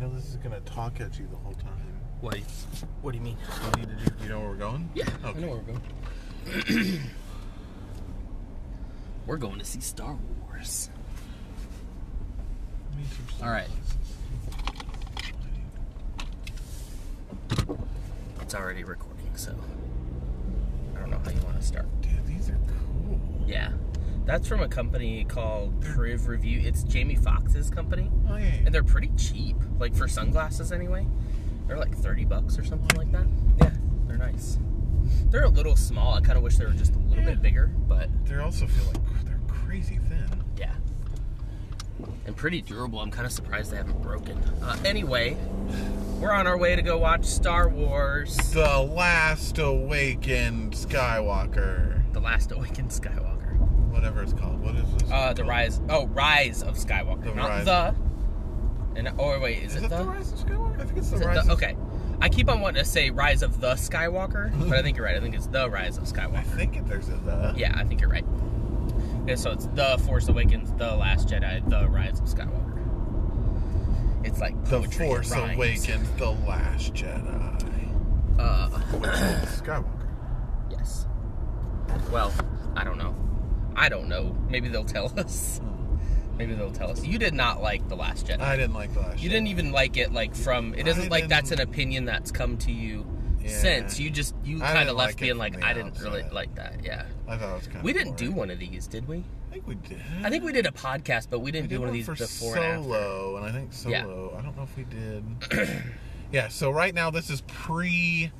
know this is gonna talk at you the whole time. What? What do you mean? We need to do. You know where we're going? Yeah. I know where we're going. we're going to see Star Wars. All right. It's already recording, so I don't know how you want to start. Dude, these are cool. Yeah, that's from a company called Priv Review. It's Jamie Foxx's company, Oh yeah. and they're pretty cheap. Like for sunglasses, anyway, they're like thirty bucks or something like that. Yeah, they're nice. They're a little small. I kind of wish they were just a little Yeah. bit bigger, but They also feel like they're crazy thin. yeah, and pretty durable. I'm kind of surprised they haven't broken. Uh, anyway, we're on our way to go watch Star Wars. The Last Awakened Skywalker, The Last Awakened Skywalker. whatever it's called. What is this? Uh, the Rise. Oh, Rise of Skywalker. The not Rise. the. And oh wait, is, Is it it the, Rise of Skywalker? I think it's the is it Rise. the- of- okay, I keep on wanting to say Rise of the Skywalker, but I think you're right. I think it's the Rise of Skywalker. I think it, there's a the. Yeah, I think you're right. Yeah, so it's the Force Awakens, the Last Jedi, the Rise of Skywalker. It's like The poetry, it Force rhymes. Awakens, The Last Jedi. Uh, Skywalker. yes. Well, I don't know. I don't know. Maybe they'll tell us. Maybe they'll tell us. You did not like the Last Jedi. I didn't like the Last. You Jedi. didn't even like it like from it I isn't like that's an didn't- opinion that's come to you Yeah. since you just you I kind didn't of left like it being from like the I didn't really outset. like that. Yeah. I thought it was kind of. e- We didn't do one of these, did we? I think we did. I think we did a podcast, but we We didn't did do one of these for before and after. solo, and I think Yeah. solo. I don't know if we did. yeah. So right now this is pre-viewing.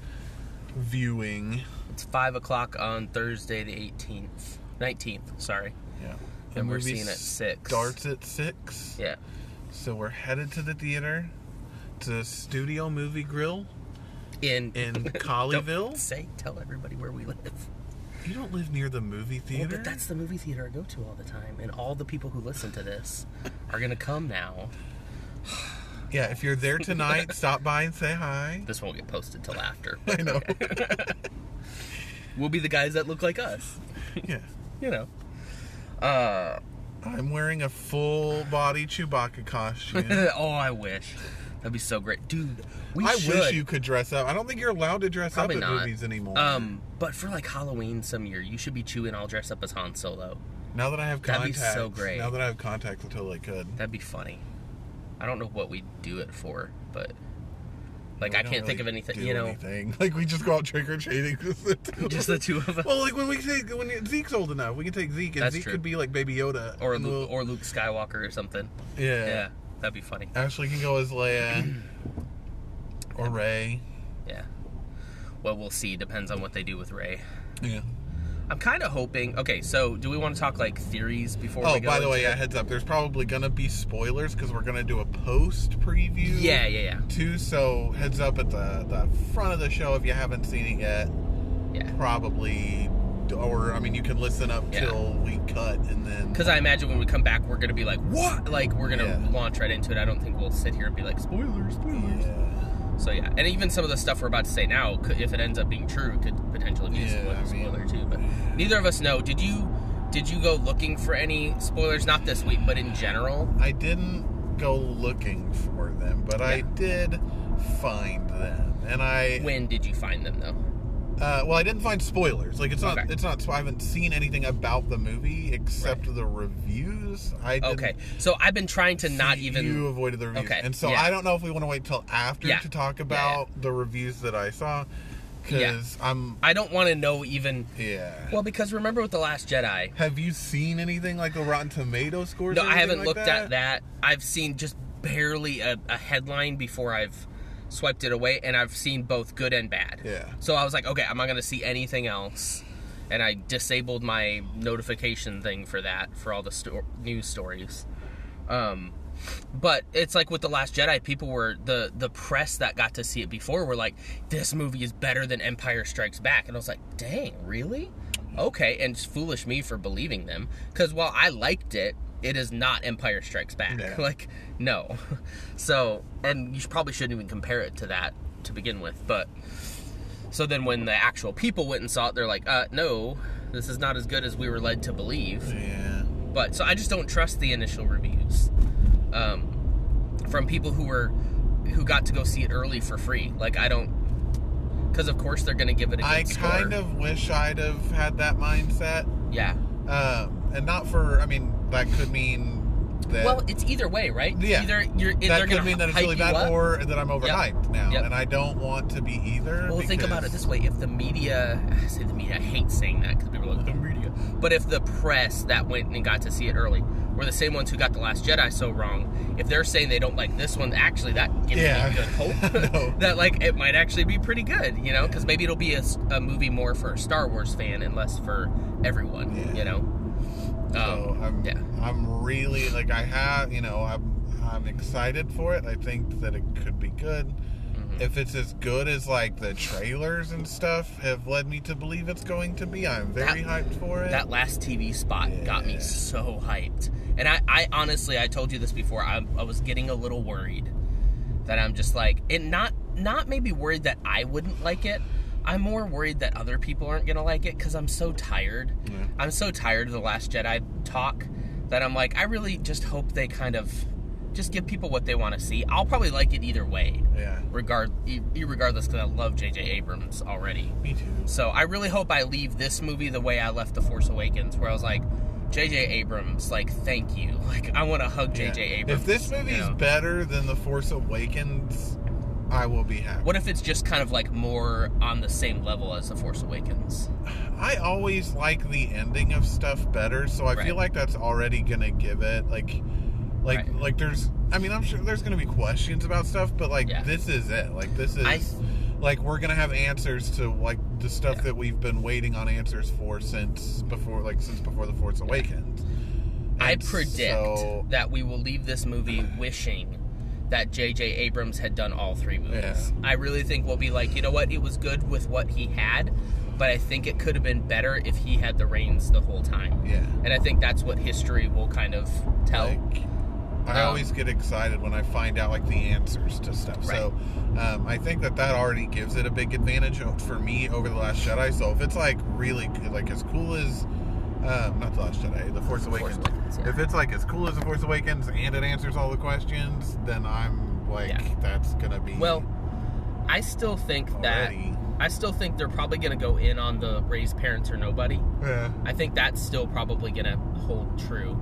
It's five o'clock on Thursday the eighteenth. Nineteenth, sorry. Yeah. The The we're movie seeing at six. Starts at six. Yeah. So we're headed to the theater, to Studio Movie Grill In, in don't Colleyville. Say tell everybody where we live. you don't live near the movie Well, theater. but that's the movie theater I go to all the time, and all the people who listen to this are gonna come now. yeah. If you're there tonight, stop by and say hi. This won't get posted till after. I know. we'll be the guys that look like us, yeah. you know. Uh, I'm wearing a full body Chewbacca costume. oh, I wish that'd be so great, dude. We I should. wish you could dress up. I don't think you're allowed to dress probably up in not movies anymore. Um, but for like Halloween some year, you should be chewing all dressed up as Han Solo. now that I have that'd be contacts, so great. now that I have contacts, I totally could. That'd be funny. I don't know what we'd do it for, but like We I don't can't think of really anything. do You know, anything. like we just go out trick or treating. just the two of us, Well, like when we take when Zeke's old enough, we can take Zeke, and That's Zeke true. could be like Baby Yoda, or and Luke, we'll- or Luke Skywalker or something. yeah. Yeah. that'd be funny. Ashley can go as Leia, or Ray. Yeah. Well, we'll see. Depends on what they do with Ray. Yeah. I'm kind of hoping. Okay, so do we want to talk like theories before? Oh, we go by the into way, it? yeah. Heads up, there's probably gonna be spoilers because we're gonna do a post preview. Yeah, yeah, Too. So heads up at the the front of the show if you haven't seen it yet. yeah, yeah. Probably, or I mean, you can listen up Yeah. till we cut and then. Because I imagine when we come back, we're gonna be like, "What?" Like we're gonna Yeah. launch right into it. I don't think we'll sit here and be like, "Spoilers, spoilers." Yeah. So yeah, and even some of the stuff we're about to say now, could, if it ends up being true, could potentially be Yeah, I a spoiler, spoiler mean- too. But neither of us know. Did you did you go looking for any spoilers? Not this week, but in general. I didn't go looking for them, but I Yeah. did find them, and I When did you find them though? uh, well, I didn't find spoilers. Like it's not, Okay. it's not. So I haven't seen anything about the movie except the reviews. I didn't, Okay, so I've been trying to not see- even. you avoided the reviews, Okay, and so yeah. I don't know if we want to wait till after Yeah. to talk Yeah, about the reviews that I saw, because I'm I don't want to know even. yeah. Well, because remember with the Last Jedi, Have you seen anything like the Rotten Tomato scores? No, or I haven't anything like looked at that. I've seen just barely a, a headline before I've swiped it away, and I've seen both good and bad. Yeah. So I was like, okay, I'm not going to see anything else. And I disabled my notification thing for that, for all the sto- news stories. Um, but it's like with The Last Jedi, people were, the, the press that got to see it before were like, this movie is better than Empire Strikes Back. And I was like, dang, really? Okay, and it's foolish me for believing them. Because while I liked it, it is not Empire Strikes Back. Yeah. Like, no. So, and you sh- probably shouldn't even compare it to that to begin with. But, so then when the actual people went and saw it, they're like, uh, no, this is not as good as we were led to believe Yeah. but so I just don't trust the initial reviews um, from people who were who got to go see it early for free. Like I don't, because of course they're gonna give it a good I score. kind of wish I'd have had that mindset, yeah. um, and not for. I mean, that could mean that. Well, it's either way, right? Yeah. Either you're that they're could gonna mean that it's hype really you bad, up. or that I'm overhyped now, Yep. and I don't want to be either. Well, think about it because- this way: if the media, I say the media, I hate saying that because people are like the media, but if the press that went and got to see it early were the same ones who got the Last Jedi so wrong, if they're saying they don't like this one, actually that gives Yeah. me good hope No. that like it might actually be pretty good, you know? Because maybe it'll be a, s- a movie more for a Star Wars fan and less for everyone, Yeah. you know? Um, So I'm, yeah. I'm really like I have, you know, I'm I'm excited for it. I think that it could be good. Mhm. If it's as good as like the trailers and stuff have led me to believe it's going to be, I'm very hyped for it. That last TV spot got me Yeah. so hyped. And I, I honestly, I told you this before, I, I was getting a little worried that I'm just like, and not, not maybe worried that I wouldn't like it. I'm more worried that other people aren't going to like it because I'm so tired. Yeah. I'm so tired of the Last Jedi talk that I'm like, I really just hope they kind of just give people what they want to see. I'll probably like it either way, yeah, regard, e- regardless, because I love J.J. Abrams already. me too. So I really hope I leave this movie the way I left The Force Awakens, where I was like, J.J. Abrams, like, thank you. Like, I want to hug J.J. Yeah. Abrams. If this movie you is know? better than The Force Awakens, I will be happy. What if it's just kind of like more on the same level as The Force Awakens? I always like the ending of stuff better, so I Right. feel like that's already gonna give it like, like, Right. like there's. I mean, I'm sure there's gonna be questions about stuff, but like Yeah. this is it. Like this is, I- like we're gonna have answers to like the stuff Yeah. that we've been waiting on answers for since before, like since before the Force Awakens. I And predict so- that we will leave this movie wishing that J.J. Abrams had done all three movies. I really think we'll be like, you know what? It was good with what he had, but I think it could have been better if he had the reins the whole time. yeah. And I think that's what history will kind of tell. Like, I Um, always get excited when I find out like the answers to stuff. So um, I think that that already gives it a big advantage o- for me over the Last Jedi. So if it's like really c- like as cool as um, not the Last Jedi, the Force Awakens. Awakens, yeah. If it's like as cool as the Force Awakens and it answers all the questions, then I'm like Yeah. that's gonna be Well, I still think that already. I still think they're probably going to go in on the raised parents or nobody. Yeah. I think that's still probably going to hold true.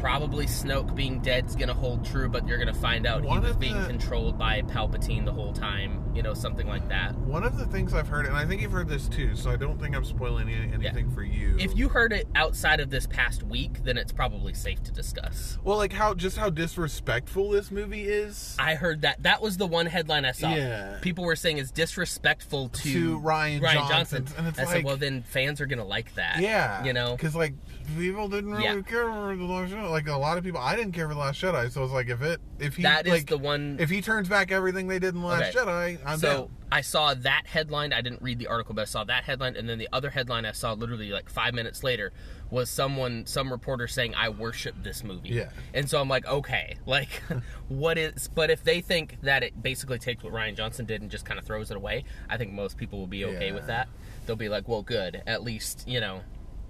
Probably Snoke being dead's going to hold true, but you're going to find out One he was of being the- controlled by Palpatine the whole time. You know, something like that. One of the things I've heard, and I think you've heard this too, so I don't think I'm spoiling any- anything for you. If you heard it outside of this past week, then it's probably safe to discuss. well, like how just how disrespectful this movie is. I heard that. That was the one headline I saw. Yeah. People were saying it's disrespectful to, To Rian Johnson. Johnson. And it's I said, like- well, then fans are going to like that. Yeah, You know? because like people didn't really Yeah. care for the Last Jedi. Like a lot of people, I didn't care for the Last Jedi. So it's like if it if he That is like the one. if he turns back everything they did in the Last Okay. Jedi, I'm so down. I saw that headline. I didn't read the article, but I saw that headline, and then the other headline I saw literally like five minutes later was someone, some reporter saying, "I worship this movie." Yeah. And so I'm like, okay, like, what is? But if they think that it basically takes what Ryan Johnson did and just kind of throws it away, I think most people will be okay with Yeah. that. They'll be like, well, good, at least you know.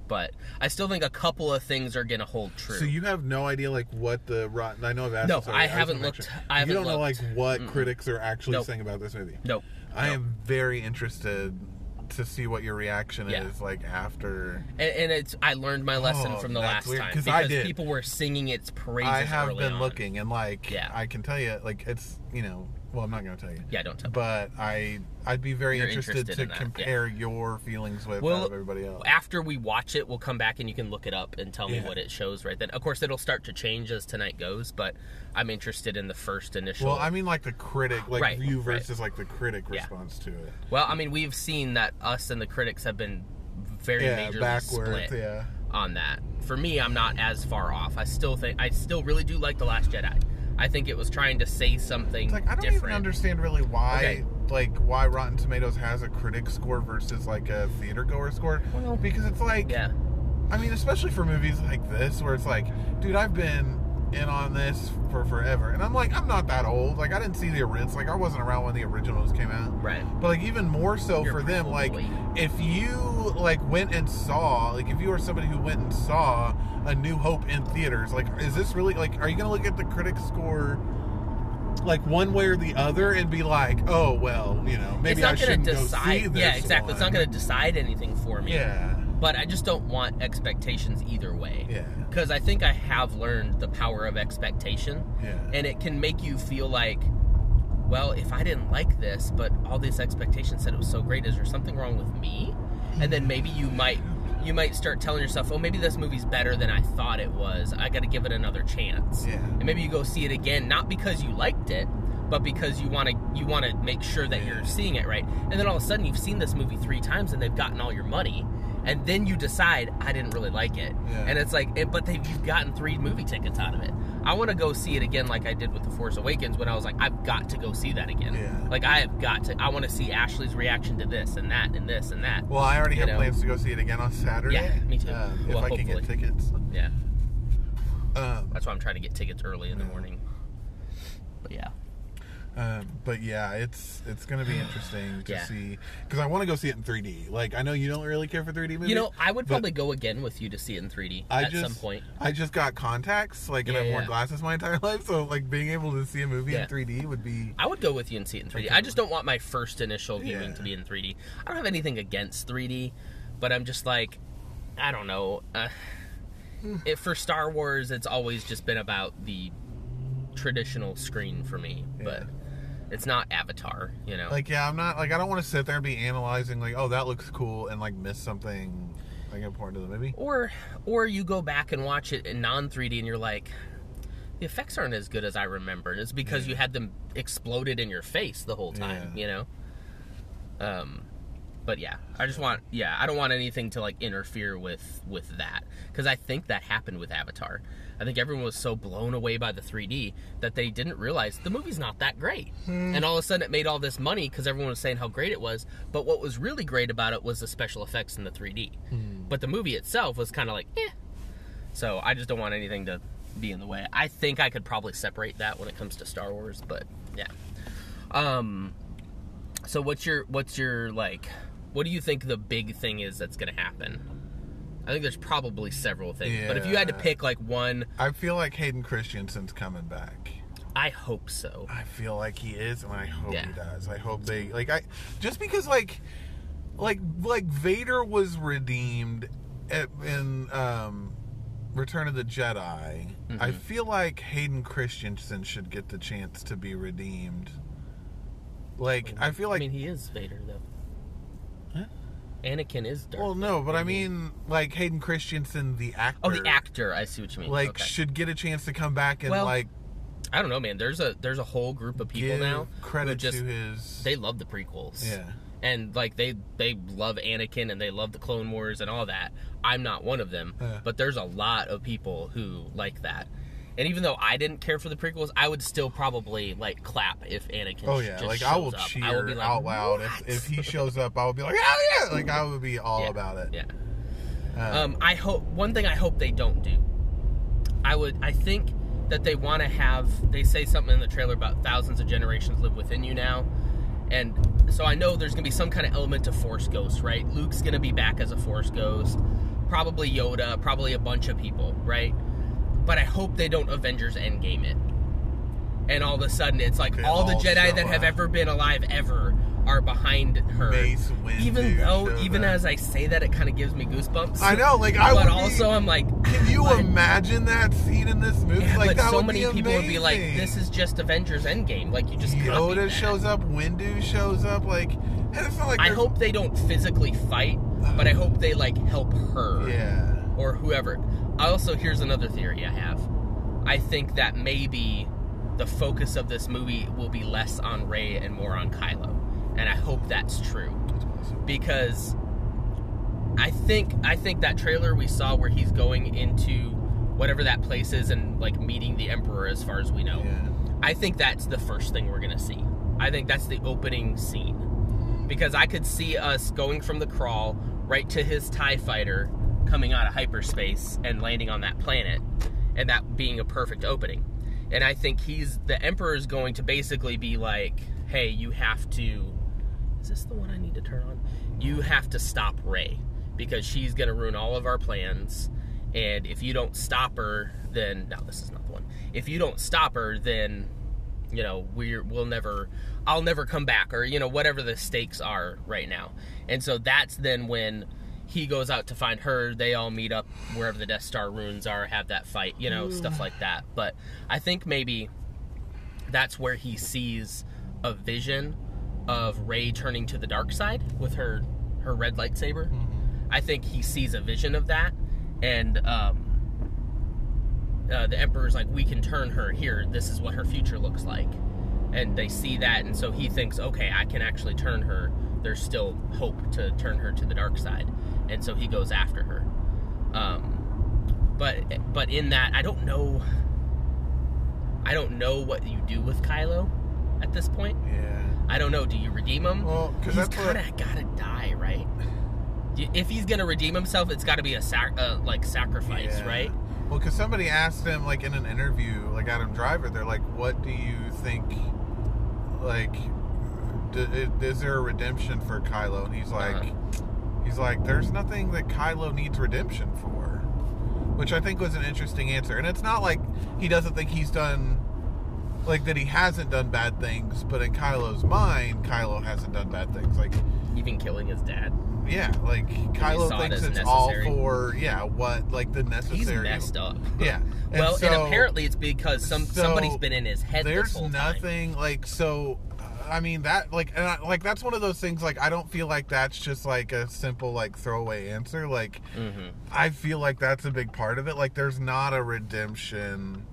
But I still think a couple of things are gonna hold true. So you have no idea like what the rotten. I know I've asked. No, this I already, just haven't wanna make looked- sure. I haven't you don't know like looked. what critics are actually Nope. saying about this movie. no. I no. am very interested to see what your reaction Yeah. is like after. And, and it's I learned my lesson Oh, from the last that's weird, time 'cause because I did. people were singing its praises. I have early been on. looking and like Yeah. I can tell you like it's you know well I'm not gonna tell you. Yeah, don't tell. but I I'd be very You're interested, interested to in that, yeah. compare your feelings with Well, that of everybody else. After we watch it, we'll come back and you can look it up and tell me Yeah. what it shows right then. Of course, it'll start to change as tonight goes, but I'm interested in the first initial. Well, I mean like the critic, like Right, you right. versus like the critic Yeah. response to it. well, I mean, we've seen that us and the critics have been very Yeah, majorly backwards. split Yeah, on that. For me, I'm not as far off. I still think I still really do like the Last Jedi. I think it was trying to say something it's like I don't different. even understand really why Okay. like why Rotten Tomatoes has a critic score versus like a theater goer score. Well, because it's like Yeah, I mean, especially for movies like this where it's like, dude, I've been in on this for forever, and I'm like, I'm not that old. Like I didn't see the originals. Like I wasn't around when the originals came out. right. But like even more so You're for them, like probably- if you like went and saw, like if you were somebody who went and saw A New Hope in theaters, like is this really like are you gonna look at the critic score like one way or the other and be like, oh well, you know, maybe it's I not going shouldn't to go see decide. this. Yeah, exactly. It's not one. going to decide anything for me. Yeah, But I just don't want expectations either way. yeah, Because I think I have learned the power of expectation, yeah, and it can make you feel like, well, if I didn't like this, but all these expectations said it was so great, is there something wrong with me? And then maybe you might you might start telling yourself, oh, maybe this movie's better than I thought it was. I got to give it another chance yeah. and maybe you go see it again not because you liked it but because you want to you want to make sure that you're seeing it right and then all of a sudden you've seen this movie three times and they've gotten all your money and then you decide i didn't really like it Yeah. and it's like it, but they've you've gotten three movie tickets out of it i want to go see it again like i did with the force awakens when i was like i've got to go see that again Yeah. like i have got to i want to see ashley's reaction to this and that and this and that Well, I already You have know. plans to go see it again on Saturday. Yeah, me too. Um, if Well, I can get hopefully. tickets. yeah Um, that's why i'm trying to get tickets early in the morning but yeah um, but yeah, it's it's gonna be interesting to Yeah. see because I want to go see it in 3D. Like I know you don't really care for 3D movies. You know, I would but probably go again with you to see it in 3D I at just, some point. I just got contacts, like, and Yeah, I've worn yeah. glasses my entire life, so like being able to see a movie Yeah. in 3D would be. I would go with you and see it in 3D. Okay. I just don't want my first initial viewing Yeah. to be in 3D. I don't have anything against 3D, but I'm just like, I don't know. Uh, Hmm. if for Star Wars, it's always just been about the traditional screen for me, but Yeah. it's not Avatar, you know. Like yeah, I'm not like I don't want to sit there and be analyzing like oh that looks cool and like miss something like important to the movie. or or you go back and watch it in non 3D and you're like the effects aren't as good as I remember and it's because you had them exploded in your face the whole time Yeah. you know um but yeah I just want yeah I don't want anything to like interfere with with that cuz I think that happened with Avatar I think everyone was so blown away by the 3D that they didn't realize the movie's not that great and all of a sudden it made all this money cuz everyone was saying how great it was but what was really great about it was the special effects in the 3D but the movie itself was kind of like, eh. So I just don't want anything to be in the way. I think I could probably separate that when it comes to Star Wars, but yeah. Um, so what's your what's your like? What do you think the big thing is that's going to happen? I think there's probably several things, but if you had to Yeah. pick like one, I feel like Hayden Christensen's coming back. I hope so. I feel like he is, and I hope Yeah. he does. I hope they like I just because like like like Vader was redeemed at, in um Return of the Jedi. Mm-hmm. I feel like Hayden Christensen should get the chance to be redeemed. Like I feel like I mean, he is Vader though. Huh? Anakin is Darth. well no, but I mean- mean like Hayden Christensen the actor. oh, the actor. I see what you mean. like Okay. should get a chance to come back and Well, like I don't know, man. There's a there's a whole group of people give now who credit just to his they love the prequels. Yeah. And like they they love Anakin and they love the Clone Wars and all that. I'm not one of them, Yeah. but there's a lot of people who like that. And even though I didn't care for the prequels, I would still probably like clap if Anakin. Oh sh- yeah, just like I will shows up. cheer I will be like, out loud if, "What?" if he shows up. I will be like, oh yeah, like I would be all Yeah, about it. Yeah. Uh, Um, I hope one thing I hope they don't do. I would. I think that they want to have. They say something in the trailer about thousands of generations live within you now, and so I know there's gonna be some kind of element to Force Ghost, right? Luke's gonna be back as a Force Ghost, probably Yoda, probably a bunch of people, right? But I hope they don't Avengers Endgame it, and all of a sudden it's like They all the all Jedi that show have up. ever been alive ever are behind her. Mace Windu even though, showed even up. as I say that, it kind of gives me goosebumps. I know, like I but would. also, be, I'm like, can you but- imagine that scene in this movie? Yeah, like but that so would many be people would be like, amazing. "This is just Avengers Endgame." Like you just copied Yoda that. shows up, Windu shows up, like, and it's not like I there's- hope they don't physically fight, but I hope they like help her Yeah, or whoever. I also here's another theory I have. I think that maybe the focus of this movie will be less on Rey and more on Kylo, and I hope that's true. That's awesome. because I think I think that trailer we saw where he's going into whatever that place is and like meeting the emperor as far as we know. yeah, I think that's the first thing we're going to see. I think that's the opening scene. Because I could see us going from the crawl right to his tie fighter coming out of hyperspace and landing on that planet and that being a perfect opening. And I think he's the emperor's going to basically be like, "Hey, you have to is this the one I need to turn on? You have to stop Ray because she's going to ruin all of our plans. And if you don't stop her, then no, this is not the one. If you don't stop her, then you know we're we'll never i'll never come back or you know whatever the stakes are right now and so that's then when he goes out to find her they all meet up wherever the death star ruins are have that fight you know stuff like that but i think maybe that's where he sees a vision of ray turning to the dark side with her her red lightsaber i think he sees a vision of that and um uh, the emperor's like we can turn her here this is what her future looks like and they see that and so he thinks okay i can actually turn her there's still hope to turn her to the dark side and so he goes after her um, but but in that i don't know i don't know what you do with kylo at this point Yeah. i don't know do you redeem him Well, 'cause he's that's what- kind of gotta die right Y- if he's gonna redeem himself it's gotta be a sac- uh, like sacrifice Yeah. right Well, because somebody asked him, like in an interview, like Adam Driver, they're like, "What do you think? Like, d- i- is there a redemption for Kylo?" And he's like, Uh-huh. "He's like, there's nothing that Kylo needs redemption for," which I think was an interesting answer. And it's not like he doesn't think he's done. Like that, he hasn't done bad things, but in Kylo's mind, Kylo hasn't done bad things. Like, even killing his dad yeah, like Kylo saw it thinks as it's all necessary. for yeah, what like the necessary. he's messed up Yeah. And well, and so- apparently it's because some so somebody's been in his head. this there's whole time. nothing like so i mean that like and I, like that's one of those things like i don't feel like that's just like a simple like throwaway answer like Mm-hmm. i feel like that's a big part of it like there's not a redemption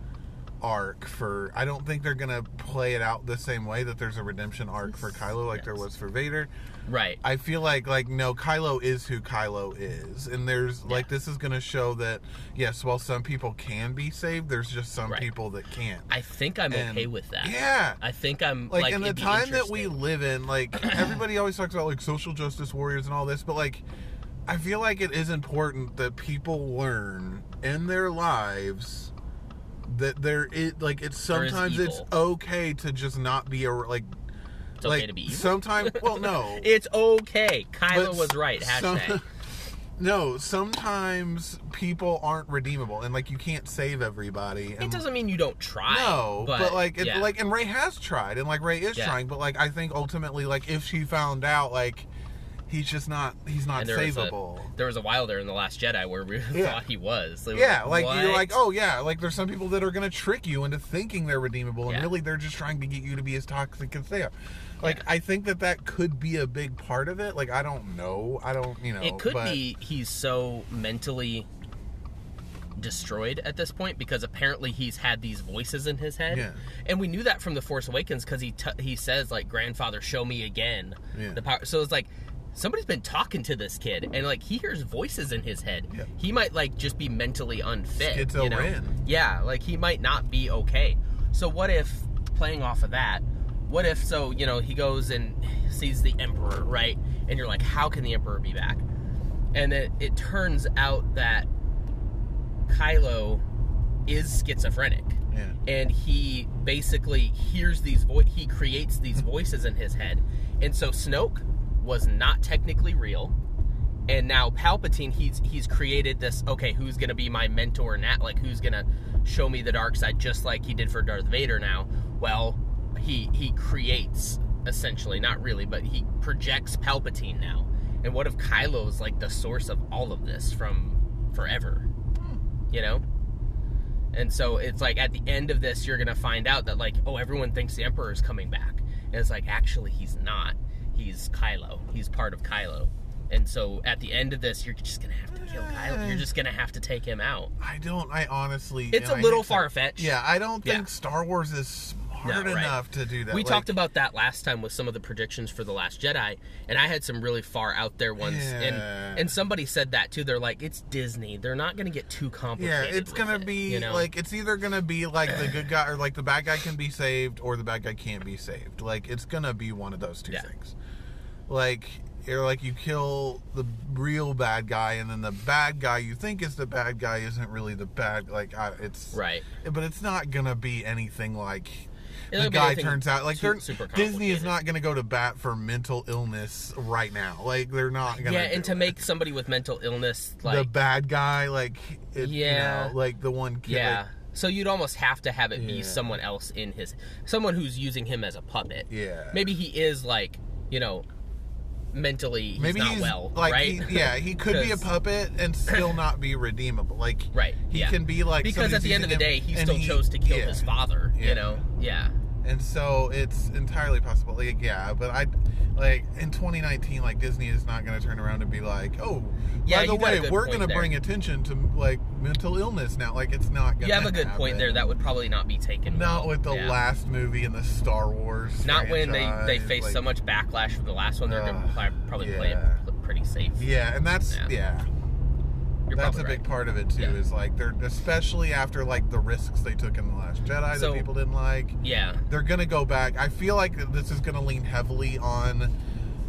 arc for i don't think they're gonna play it out the same way that there's a redemption arc for kylo like there Yes. was for vader Right. I feel like like no, Kylo is who Kylo is, and there's like this is gonna show that yes, while some people can be saved, there's just some Right. people that can't. I think I'm And- okay with that. Yeah, I think I'm like, like, in the it'd be time that we interesting. live in, like everybody always talks about like social justice warriors and all this, but like I feel like it is important that people learn in their lives that there it like it's There is sometimes it's evil. okay to just not be a like it's like okay to be evil. sometimes well no it's okay. Kyla but was right. some- Hashtag. no, sometimes people aren't redeemable, and like you can't save everybody. it and- doesn't mean you don't try. no, but, like, it, yeah. like, and Ray has tried, and like Ray is Yeah. trying, but like I think ultimately, like if she found out, like he's just not, he's not And there was a- savable. there was a while there in the Last Jedi where we Yeah. thought he was. They were Yeah, like you're "What?" like, oh yeah, like there's some people that are gonna trick you into thinking they're redeemable, and Yeah. really they're just trying to get you to be as toxic as they are. Like I think that that could be a big part of it. Like I don't know, I don't, you know, It could but- be he's so mentally destroyed at this point because apparently he's had these voices in his head. Yeah. And we knew that from The Force Awakens because he t- he says like grandfather show me again Yeah. the power. So it's like somebody's been talking to this kid and like he hears voices in his head. Yeah. He might like just be mentally unfit. Schizo you know? Ren. Yeah, like he might not be okay. So what if playing off of that? What if so, you know, he goes and sees the emperor, right? And you're like, how can the emperor be back? And it, it turns out that Kylo is schizophrenic. Yeah. And he basically hears these vo- he creates these voices in his head. And so Snoke was not technically real. And now Palpatine he's he's created this okay, who's going to be my mentor now? Like who's going to show me the dark side just like he did for Darth Vader now? Well, he he creates essentially, not really, but he projects Palpatine now. And what if Kylo's like the source of all of this from forever? You know? And so it's like at the end of this, you're gonna find out that like, oh, everyone thinks the Emperor's coming back, and it's like actually he's not. He's Kylo. He's part of Kylo. And so at the end of this, you're just gonna have to kill Kylo. You're just gonna have to take him out. I don't. I honestly. It's and a I little hate to- far fetched. Yeah, I don't think Yeah. Star Wars is smart No, right. enough to do that. We Like, talked about that last time with some of the predictions for the Last Jedi, and I had some really far out there ones, Yeah. and and somebody said that too. They're like, it's Disney. They're not gonna get too Yeah, complicated. it's with gonna it," be you know? like it's either gonna be like the good guy or like the bad guy can be saved or the bad guy can't be saved. Like it's gonna be one of those two Yeah. things. Like or like you kill the real bad guy and then the bad guy you think is the bad guy isn't really the bad. Like I, it's right. but it's not gonna be anything like It'll the be guy anything turns out like su- they're, super Disney is complicated. not gonna go to bat for mental illness right now. Like they're not gonna. Yeah, do and to it. make somebody with mental illness the like bad guy like it, you Yeah. know, like the one kid. yeah, like, So you'd almost have to have it be Yeah. someone else in his, someone who's using him as a puppet. Yeah. Maybe he is like, you know, mentally he's Maybe not well, like right? he- yeah, he could be a 'Cause- puppet and still not be redeemable. Like Right, he yeah. can be like because at somebody's the end of the using day, him he and still chose to kill yeah. his father. Yeah. You know? Yeah. and so it's entirely possible. Like yeah, but I like in 2019, like Disney is not going to turn around and be like, oh, Yeah, you got by the a way, good we're point gonna there. bring attention to like mental illness now. Like it's not. gonna You have a good point happen. there. That would probably not be taken. Not well. with the Yeah. last movie in the Star Wars. Not when they they franchise, face like- so much backlash from the last one. They're gonna Ugh, pli- probably play yeah. it pl- pretty safe. Yeah, and that's Yeah. yeah. You're That's probably a right. big part of it too. Yeah. Is like they're especially after like the risks they took in the Last Jedi So- that people didn't like. Yeah. They're gonna go back. I feel like this is gonna lean heavily on.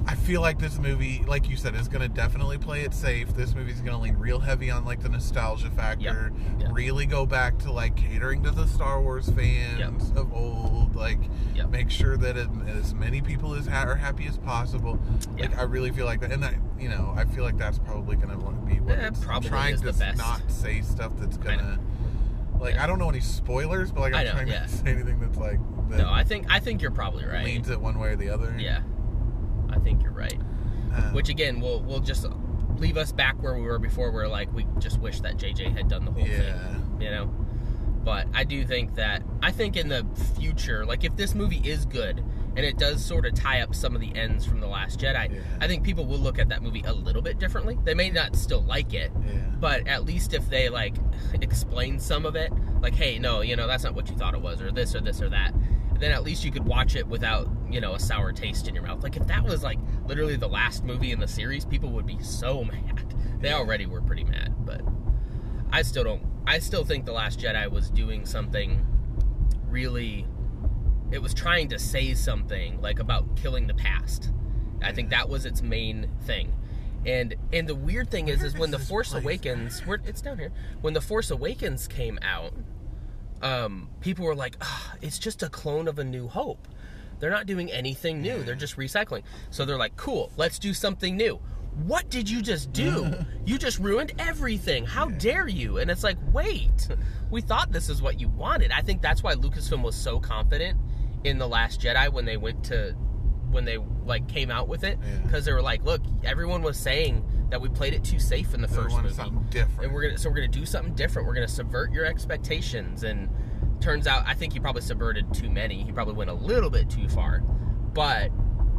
I feel like this movie, like you said, is gonna definitely play it safe. This movie's gonna lean real heavy on like the nostalgia factor. Yeah. Really go back to like catering to the Star Wars fans of old. Like Yep. make sure that it, as many people as ha- are happy as possible. Yeah. Like I really feel like that, and I, you know, I feel like that's probably gonna wa- be what Eh, it's I'm probably trying is to the best. not say stuff that's Kinda. gonna. Like Yeah. I don't know any spoilers, but like I I'm know, trying yeah. not to say anything that's like that No, I think I think you're probably right. leans it one way or the other. Yeah. I think you're right. Um, Which again, we'll we'll just leave us back where we were before. We're like, we just wish that JJ had done the whole Yeah. thing, you know. But I do think that I think in the future, like if this movie is good and it does sort of tie up some of the ends from the Last Jedi, Yeah. I think people will look at that movie a little bit differently. They may not still like it, Yeah. but at least if they like explain some of it like hey no you know that's not what you thought it was or this or this or that then at least you could watch it without you know a sour taste in your mouth like if that was like literally the last movie in the series people would be so mad they Yeah. already were pretty mad but i still don't i still think the last jedi was doing something really it was trying to say something like about killing the past i think that was its main thing and and the weird thing is Where is when the is this force place? awakens we're, it's down here when the force awakens came out um people were like "Ah, it's just a clone of a new hope they're not doing anything new they're just recycling so they're like cool let's do something new what did you just do you just ruined everything how dare you and it's like wait we thought this is what you wanted i think that's why lucasfilm was so confident in the last jedi when they went to when they like came out with it Yeah. because they were like look everyone was saying that we played it too safe in the They first wanted movie something different. and we're gonna so we're gonna do something different. We're gonna subvert your expectations, and turns out I think he probably subverted too many. He probably went a little bit too far, but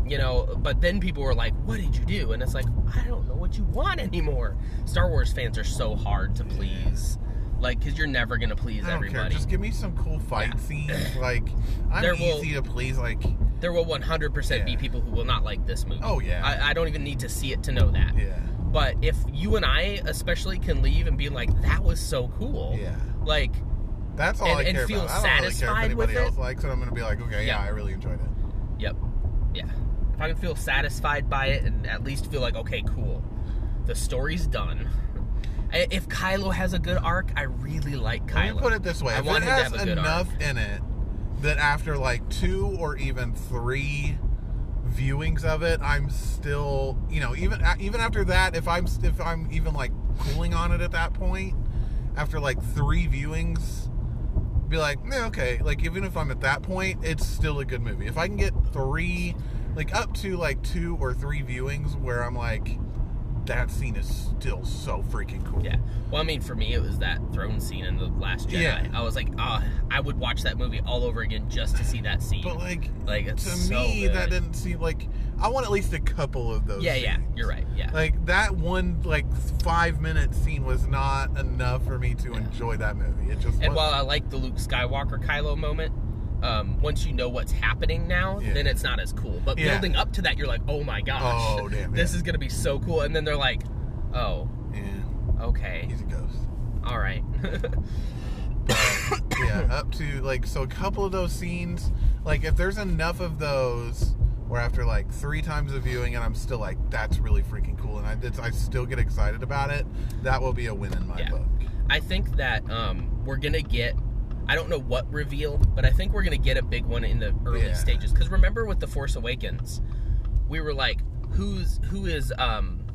you know, but then people were like, "What did you do?" And it's like, I don't know what you want anymore. Star Wars fans are so hard to please, Like like because you're never gonna please I don't care. everybody. Just give me some cool fight scenes. Like I'm There will- easy to please. Like There will 100% be Yeah. people who will not like this movie. Oh, yeah. I, I don't even need to see it to know that. yeah, But if you and I especially can leave and be like, "That was so cool," yeah. like. That's all And- I and care feel about. I don't really care if satisfied with anybody else it? likes it. I'm gonna be like, okay, yeah, Yeah. I really enjoyed it. Yep. Yeah. If I can feel satisfied by it and at least feel like, okay, cool, the story's done. I- If Kylo has a good arc, I really like Kylo. Let me put it this way: I if want it him to has have a good enough arc. in it that after like two or even three viewings of it, I'm still, you know, even even after that, if I'm if I'm even like cooling on it at that point, after like three viewings, be like, yeah, okay, like even if I'm at that point, it's still a good movie. If I can get three, like up to like two or three viewings where I'm like, that scene is still so freaking cool. Yeah. Well, I mean, for me, it was that throne scene in the Last Jedi. Yeah. I was like, ah, I would watch that movie all over again just to see that scene. But like, like, it's to so me that good. didn't seem like I want at least a couple of those. Yeah, yeah, scenes. you're right. Yeah. Like that one like five minute scene was not enough for me to enjoy that movie. It just And was while I like the Luke Skywalker Kylo moment, um, once you know what's happening now, Yeah. then it's not as cool. But Yeah. building up to that, you're like, oh my gosh, Oh, damn, this yeah. is gonna be so cool. And then they're like, oh, yeah, okay, he's a ghost. all right. yeah, up to like so a couple of those scenes. Like if there's enough of those where after like three times of viewing and I'm still like that's really freaking cool and I it's, I still get excited about it. That will be a win in my Yeah. book. I think that um, we're gonna get. I don't know what reveal, but I think we're gonna get a big one in the early Yeah. stages. Because remember with the Force Awakens, we were like, who's who is um,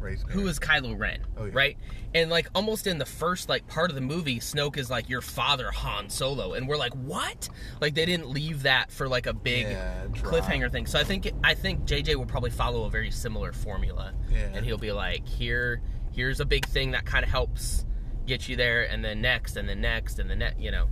Ray's who parents. is Kylo Ren, Oh, yeah. right? And like almost in the first like part of the movie, Snoke is like your father Han Solo, and we're like, what? Like they didn't leave that for like a big Yeah, drop. cliffhanger thing. So I think I think JJ will probably follow a very similar formula, Yeah. and he'll be like, here, here's a big thing that kind of helps get you there, and then next, and then next, and the next, you know.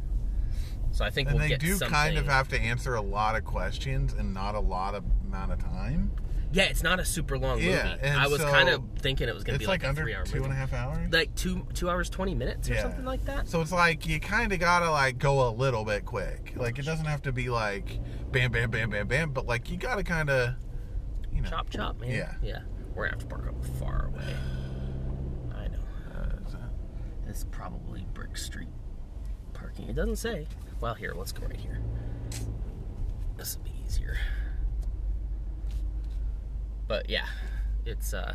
So I think And we'll they get do something. kind of have to answer a lot of questions in not a lot of amount of time. yeah, it's not a super long Yeah, movie. and I was so kind of thinking it was going to It's be like, like, a under three hour two and a half hours. like two two hours twenty minutes or Yeah. something like that. So it's like you kind of gotta like go a little bit quick. Like it doesn't have to be like bam, bam, bam, bam, bam, but like you gotta kind of, you know. Chop chop, man. Yeah. yeah. We're gonna have to park up far away. I know. Uh, is that- It's probably Brick Street parking. It doesn't say. Well, here, let's go right here. This will be easier. But yeah, it's uh,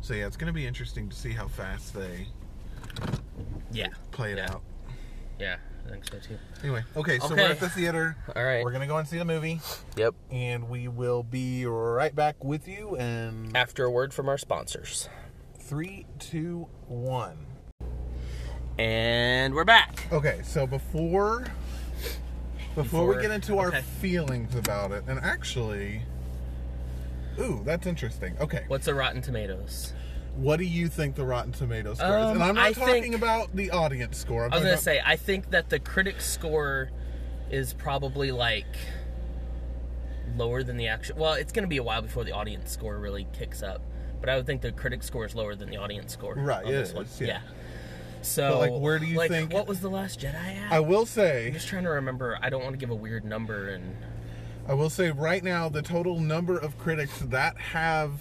so yeah, it's gonna be interesting to see how fast they yeah, play it Yeah. out. yeah. I think so too. Anyway, okay, so Okay. we're at the theater. All right. We're gonna go and see the movie, Yep. and we will be right back with you. And After a word from our sponsors, three, two, one. and we're back. Okay, so before before, we Before- get into our okay. feelings about it, and actually, ooh, that's interesting. Okay, What's a Rotten Tomatoes? what do you think the Rotten Tomatoes score is? Um, And I'm not I talking think- about the audience score. I'm I was talking gonna say, I think that the critic score is probably like lower than the actual. Well, it's gonna be a while before the audience score really kicks up, but I would think the critic score is lower than the audience score. Right, on it this one. is, yeah. So, But, like, where do you like, think- What was the Last Jedi at? I I'm will say, just trying to remember. I don't want to give a weird number, and I will say right now, the total number of critics that have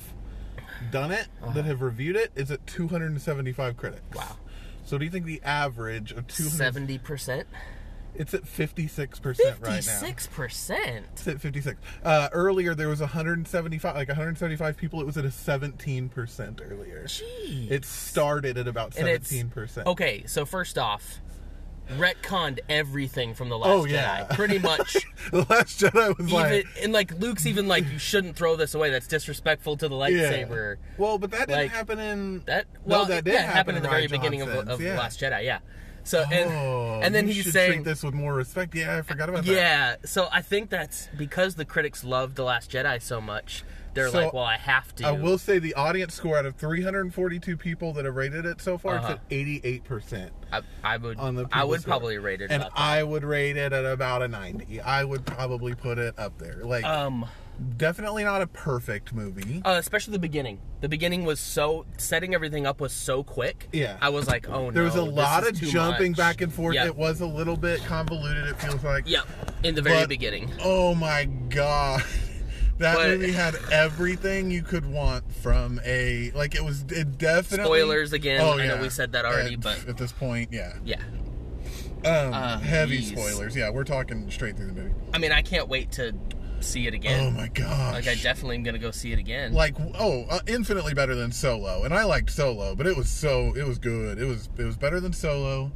done it, that have reviewed it, is at 275 critics. Uh-huh. Wow. So do you think the average of 200? seventy percent, It's at 56 percent right now. fifty-six percent. It's at 56. Uh, earlier there was 175, like 175 people. It was at a 17 percent earlier. Gee. It started at about And it's- 17 percent. Okay, so first off, retconned everything from the Last Oh, yeah. Jedi. Pretty much. The Last Jedi was even like, and like Luke's even like you shouldn't throw this away. That's disrespectful to the yeah. lightsaber. Well, but that didn't like, happen in That well, no, that it- did yeah, it happened in at the Ryan very beginning of, Johnson's, of yeah. Last Jedi. Yeah. So and Oh, and then you he's should saying treat this with more respect. Yeah, I forgot about that. yeah. So I think that's because the critics love the Last Jedi so much. They're So, like, well, I have to. I will say the audience score out of 342 people that have rated it so far, Uh-huh. it's at 88 percent. I, I would. on the I people's would score. probably rate it. and about I would rate it at about a 90. I would probably put it up there. Like that. um. definitely not a perfect movie. Uh, especially the beginning. The beginning was so setting everything up was so quick. Yeah. I was like, oh no. there was a this lot is of too jumping much. back and forth. Yeah. It was a little bit convoluted. It feels like. Yeah, in the very But- beginning. Oh my god. That But- movie had everything you could want from a like it was it definitely Oh, Spoilers again. I know we said that already, At- but- at this point, yeah. Yeah. Um Uh, heavy geez. spoilers. Yeah, we're talking straight through the movie. I mean, I can't wait to see it Oh again. my gosh. like, I definitely am gonna go see it again. like oh uh, infinitely better than solo and i liked solo but it was so it was good it was it was better than solo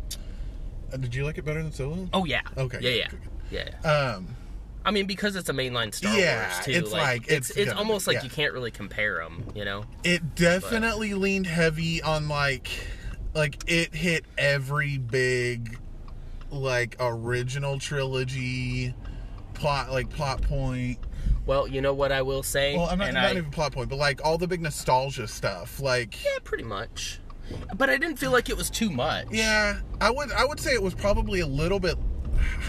uh, did you like it better than solo oh yeah. Okay, Yeah, good, yeah. good, good. yeah. yeah. um I mean, because it's a mainline Star Yeah, Wars too. it's like, it's it's it's, gonna- almost like yeah. you can't really compare them. You know. it definitely leaned heavy on like like it hit every big like original trilogy plot like plot point Well, you know what I will say. well i'm not, And not I- even plot point but like all the big nostalgia stuff like Yeah, pretty much. But I didn't feel like it was too much. Yeah, I would. I would say it was probably a little bit.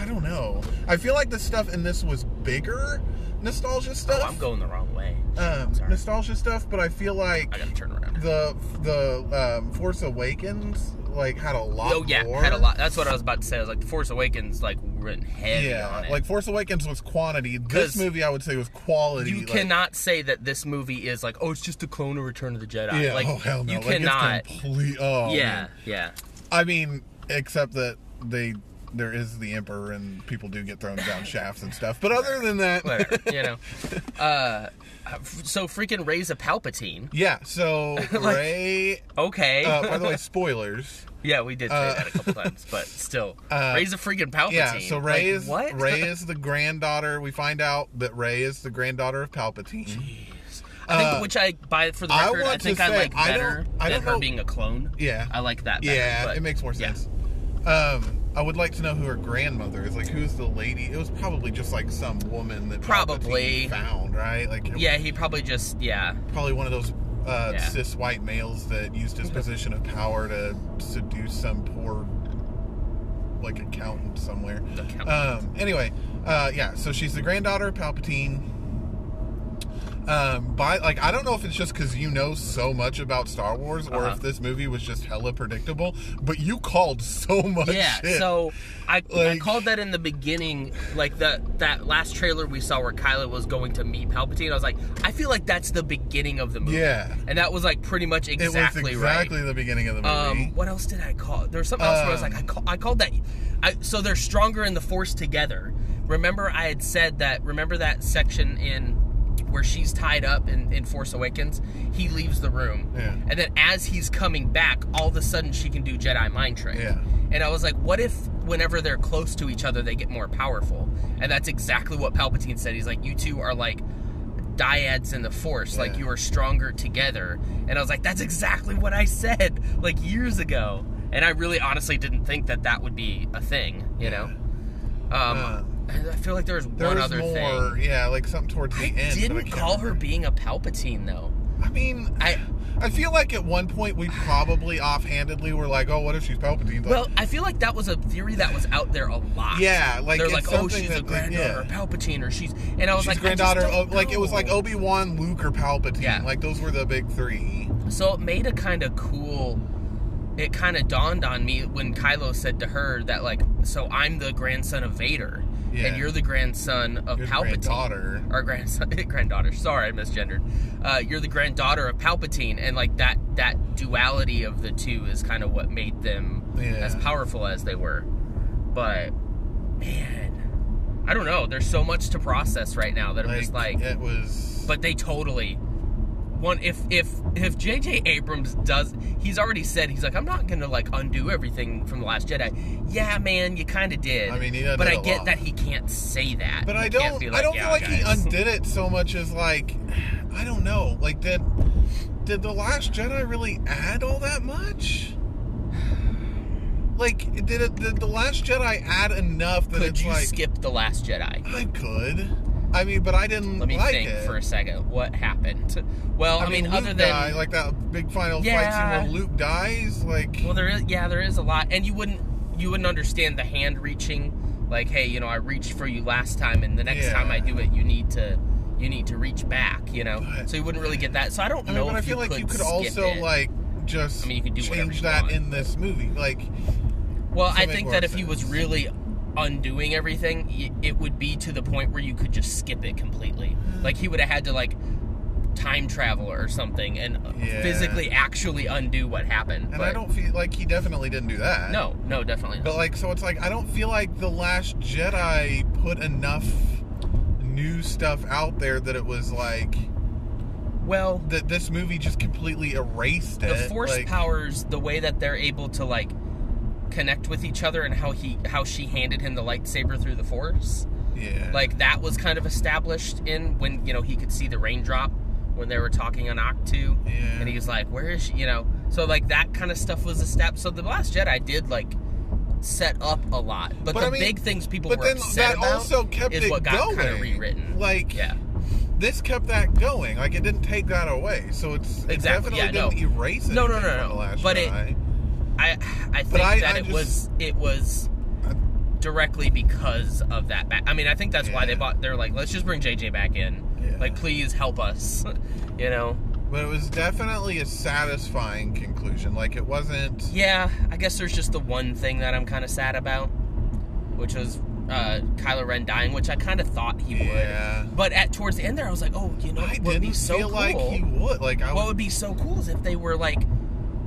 I don't know. I feel like the stuff in this was bigger nostalgia Oh, stuff. I'm going the wrong way. Um, Sorry. nostalgia stuff, but I feel like I gotta turn around. the the um, Force Awakens like had a lot. Oh yeah, more. had a lot. That's what I was about to say. I was like, The Force Awakens like written heavy on Yeah, it. like Force Awakens was quantity. This 'Cause movie, I would say, was quality. you like- cannot say that this movie is like, oh, it's just a clone of Return of the Jedi. Yeah. like, oh hell no. You like, cannot. It's complete. Oh. yeah, man. yeah. I mean, except that they. There is the Emperor, and people do get thrown down shafts and stuff. But other than that, Whatever, you know. Uh, so freaking raise a Palpatine. Yeah, so Ray. Okay. Uh, by the way, spoilers. yeah, we did say uh, that a couple times, but still, Uh, raise a freaking Palpatine. Yeah, so Ray Like, is what? Mm-hmm. Ray is the granddaughter. We find out that Ray is the granddaughter of Palpatine. Jeez. I think Uh, which I buy for the I record. I, want to think I say, like I don't- better I than don't her know- being a clone. Yeah. I like that. Better, yeah, but- it makes more yeah. sense. Um, I would like to know who her grandmother is. Like, who's the lady? It was probably just like some woman that Probably. Palpatine found, right? Like, it was Yeah, he probably just yeah. probably one of those uh, Yeah. cis white males that used his position of power to seduce some poor like accountant somewhere. The count. Um, anyway, uh, yeah, so she's the granddaughter of Palpatine. Um, by like, I don't know if it's just because you know so much about Star Wars, or Uh-huh. if this movie was just hella predictable. But you called so much. yeah, shit. so I, I Like- called that in the beginning, like that that last trailer we saw where Kylo was going to meet Palpatine. I was like, I feel like that's the beginning of the movie. yeah, and that was like pretty much exactly, it was exactly the beginning of the right. movie. Um, what else did I call? There was something else where I was like, I, Um, call, I called that. I, so they're stronger in the Force together. Remember, I had said that. Remember that section in where she's tied up in, in Force Awakens. He leaves the room, Yeah. and then as he's coming back, all of a sudden she can do Jedi mind trick. Yeah. And I was like, what if whenever they're close to each other, they get more powerful? And that's exactly what Palpatine said. He's like, you two are like dyads in the Force, like Yeah. you are stronger together. And I was like, that's exactly what I said like years ago. And I really honestly didn't think that that would be a thing, you know? Um, and I feel like there's there one was other Uh, more, thing. yeah, like something towards the I end. but didn't can't call her remember. being a Palpatine though. I mean, I I feel like at one point we probably offhandedly were like, "Oh, what if she's Palpatine?" Like, well, I feel like that was a theory that was out there a lot. yeah, like they're it's like, oh, something she's that- a granddaughter yeah. of Palpatine, or she's, and I was She's like, I just granddaughter. don't Of, like it was like know. Obi Wan, Luke, or Palpatine. Yeah. Like those were the big three. So it made a kind of cool. It kind of dawned on me when Kylo said to her that like, so I'm the grandson of Vader, Yeah. and you're the grandson of Your Palpatine. granddaughter. Or grandson, granddaughter. Sorry, I misgendered. Uh, you're the granddaughter of Palpatine, and like that that duality of the two is kind of what made them Yeah. as powerful as they were. But man, I don't know. There's so much to process right now that I'm just like, it was. but they totally one if if if JJ Abrams does he's already said he's like I'm not going to like undo everything from the last Jedi. Yeah, man, you kind of did. I mean, he done but did I a get lot. that he can't say that. But He I can't don't. be I don't "Yeah, feel like he guys." undid it so much as like, I don't know. Like did did the Last Jedi really add all that much? Like did it? Did the Last Jedi add enough that Could it's you like skip the last Jedi? I could? I mean, but I didn't Let me like think it. for a second. What happened? Well, I, mean, Luke other than die, like that big final Yeah. fight scene where Luke dies, like Well, there is yeah, there is a lot, and you wouldn't you wouldn't understand the hand reaching, like hey, you know, I reached for you last time, and the next Yeah. time I do it, you need to you need to reach back, you know. But- so you wouldn't really get that. So I don't I mean, know. but if I feel like you could skip also it. like just I mean, you could do whatever change you that want. in this movie. Like, Well, I make think more that if he sense. was really undoing everything, y- it would be to the point where you could just skip it completely. Hmm. Like he would have had to like time travel or something and Yeah. physically actually undo what happened. and but I don't feel like he definitely didn't do that. No, no, definitely not. but like, so it's like I don't feel like the Last Jedi put enough new stuff out there that it was like well, that this movie just completely erased it. the force like, powers the way that they're able to like connect with each other and how he how she handed him the lightsaber through the force Yeah. like that was kind of established in when you know he could see the raindrop when they were talking on Octu Yeah. and he was like where is she you know so like that kind of stuff was a step so the last Jedi did like set up a lot but, But the I mean- big things people but were then upset that about also kept is it what got kind of going. rewritten Like- yeah this kept that going. Like it didn't take that away. So it's it Exactly, definitely yeah, didn't erase it. No, no, no, no. The Last But it- Jedi. I I think I- that I it just- was it was directly because of that. Back. I mean, I think that's why they Yeah. bought. They're like, let's just bring JJ back in. Yeah. Like, please help us. you know. But it was definitely a satisfying conclusion. Like it wasn't. Yeah, I guess there's just the one thing that I'm kind of sad about, which was uh, Kylo Ren dying, which I kind of thought he Yeah. would. But at towards the end there, I was like, oh, you know, I what would be didn't so feel cool. like he would. Like I what would. would be so cool is if they were like,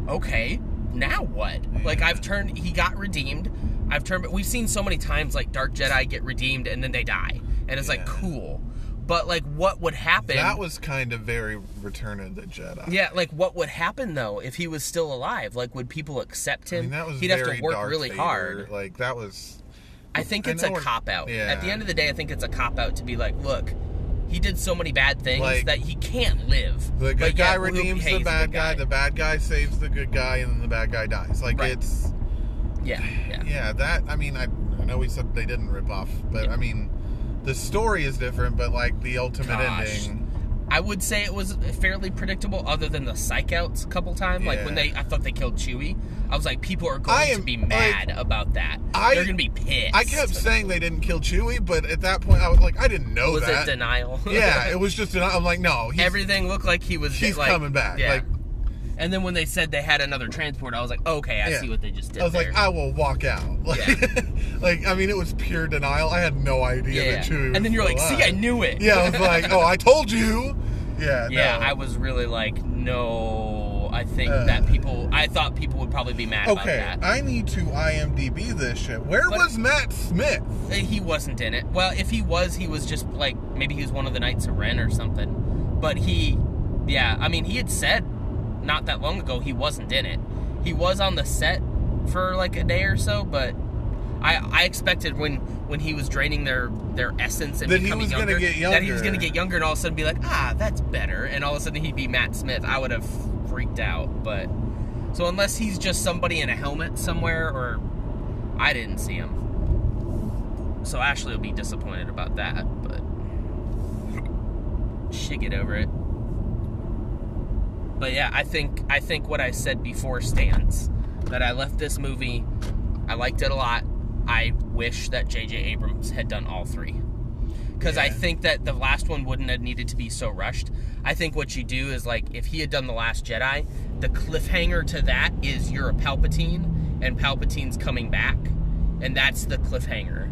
okay, now what? Like Yeah. I've turned, he got redeemed. I've turned, but we've seen so many times like Dark Jedi get redeemed and then they die, and it's Yeah. like cool. But like, what would happen? That was kind of very Return of the Jedi. yeah, like what would happen though if he was still alive? Like, would people accept I him? mean that was. He'd have very to work Darth really Vader. hard. Like that was. I think I it's a know we're- cop out. At the yeah. end of the day, I think it's a cop out to be like, look, He did so many bad things Like- that he can't live. The good But guy yet, Luke redeems Hayes the bad guy. guy. The bad guy saves the good guy, and then the bad guy dies. Like Right. it's yeah, yeah, yeah. That I mean, I, I know we said they didn't rip off, but Yeah. I mean, the story is different. But like the ultimate Gosh. ending, I would say it was fairly predictable, other than the psych outs a couple times. Like when Yeah. they, I thought they killed Chewie. I was like, people are going I to am- be mad about that. I- They're going to be pissed. I kept saying they didn't kill Chewie, but at that point, I was like, I didn't know was that. it denial? yeah, it was just an, I'm like, no, he's, Everything looked like he was. he's like, coming back. Yeah. Like and then when they said they had another transport, I was like, okay, I Yeah. see what they just did. I was there. like, I will walk out. Like, Yeah. like, I mean, it was pure denial. I had no idea yeah. that Chewie. Was And then you're still like, see, alive." I knew it. Yeah, I was like, oh, I told you. Yeah. Yeah, no. I was really like, no. I think Uh. that people. I thought people would probably be mad Okay, about that. I need to IMDb this shit. Where But- was Matt Smith? eh, he wasn't in it. Well, if he was, he was just like maybe he was one of the Knights of Ren or something. But he, yeah, I mean, he had said not that long ago he wasn't in it. He was on the set for like a day or so, but I I expected when when he was draining their their essence and That he becoming was gonna younger, get that he was younger. going to get younger, and all of a sudden be like, ah, that's better, and all of a sudden he'd be Matt Smith. I would have freaked out, but so unless he's just somebody in a helmet somewhere, or I didn't see him, so Ashley will be disappointed about that. But she get over it. But yeah, I think I think what I said before stands. That I left this movie, I liked it a lot. I wish that J.J. Abrams had done all three. Because I Yeah. think that the last one wouldn't have needed to be so rushed. I think what you do is like if he had done the Last Jedi, the cliffhanger to that is you're a Palpatine and Palpatine's coming back, and that's the cliffhanger.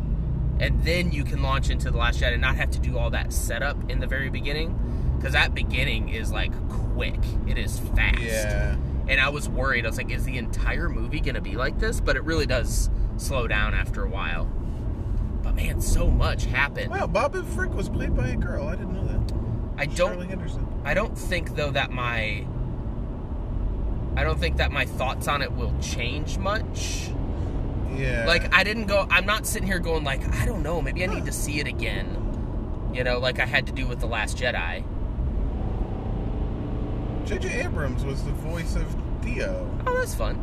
And then you can launch into the Last Jedi and not have to do all that setup in the very beginning, because that beginning is like quick. It is fast Yeah. and I was worried. I was like, is the entire movie gonna be like this? But it really does slow down after a while. But man, so much happened. Wow, Bobby Frick was played by a girl. I didn't know that. I Charlie don't Henderson. I don't think though that my I don't think that my thoughts on it will change much. Yeah. Like I didn't go I'm not sitting here going like, I don't know, maybe I need to see it again. You know, like I had to do with The Last Jedi. J.J. Abrams was the voice of Theo. Oh, that's fun.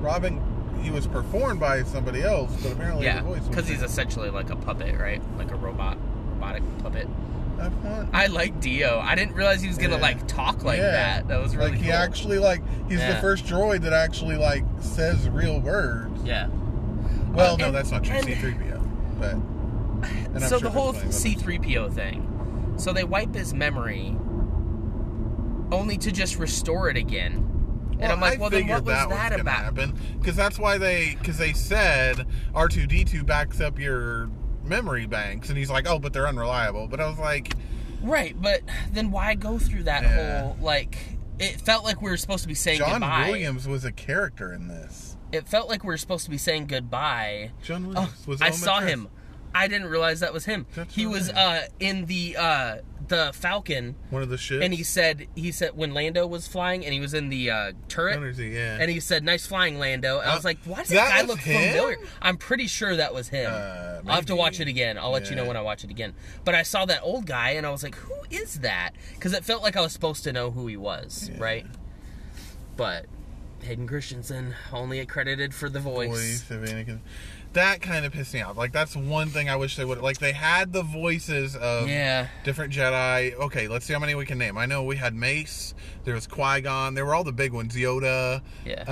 Robin, he was performed by somebody else, but apparently Yeah. Oh, the voice was. Because he's essentially like a puppet, right? Like a robot robotic puppet. I want- I like Dio. I didn't realize he was gonna Yeah. like talk like Yeah. that. That was really like he cool. actually like he's Yeah. the first droid that actually like says real words. yeah. Well, Uh, no, and- that's not true. and- C three PO, but and I'm so sure the there's whole plenty of C three PO thing. So they wipe his memory, only to just restore it again. And Well, I'm like, well, then what was that, about? Because that's why they, because they said R two D two backs up your memory banks, and he's like, oh, but they're unreliable. But I was like, Right, but then why go through that Yeah. whole like? It felt like we were supposed to be saying John goodbye. Williams was a character in this. It felt like we were supposed to be saying goodbye. John Oh, Williams was. I Element saw Trust. him. I didn't realize that was him. That's he was right. uh, in the uh, the Falcon. One of the ships. and he said he said when Lando was flying and he was in the uh, turret Where is he? Yeah. and he said nice flying Lando and I was Uh, like why does that, that guy was look him? familiar I'm pretty sure that was him Uh, I'll have to maybe. watch it again I'll let you know Yeah. when I watch it again but I saw that old guy and I was like who is that because it felt like I was supposed to know who he was Yeah. right but Hayden Christensen only accredited for the voice, voice of Anakin. That kind of pissed me off. Like that's one thing I wish they would. Like they had the voices of yeah different Jedi. Okay, let's see how many we can name. I know we had Mace. There was Qui Gon. There were all the big ones. Yoda. Yeah.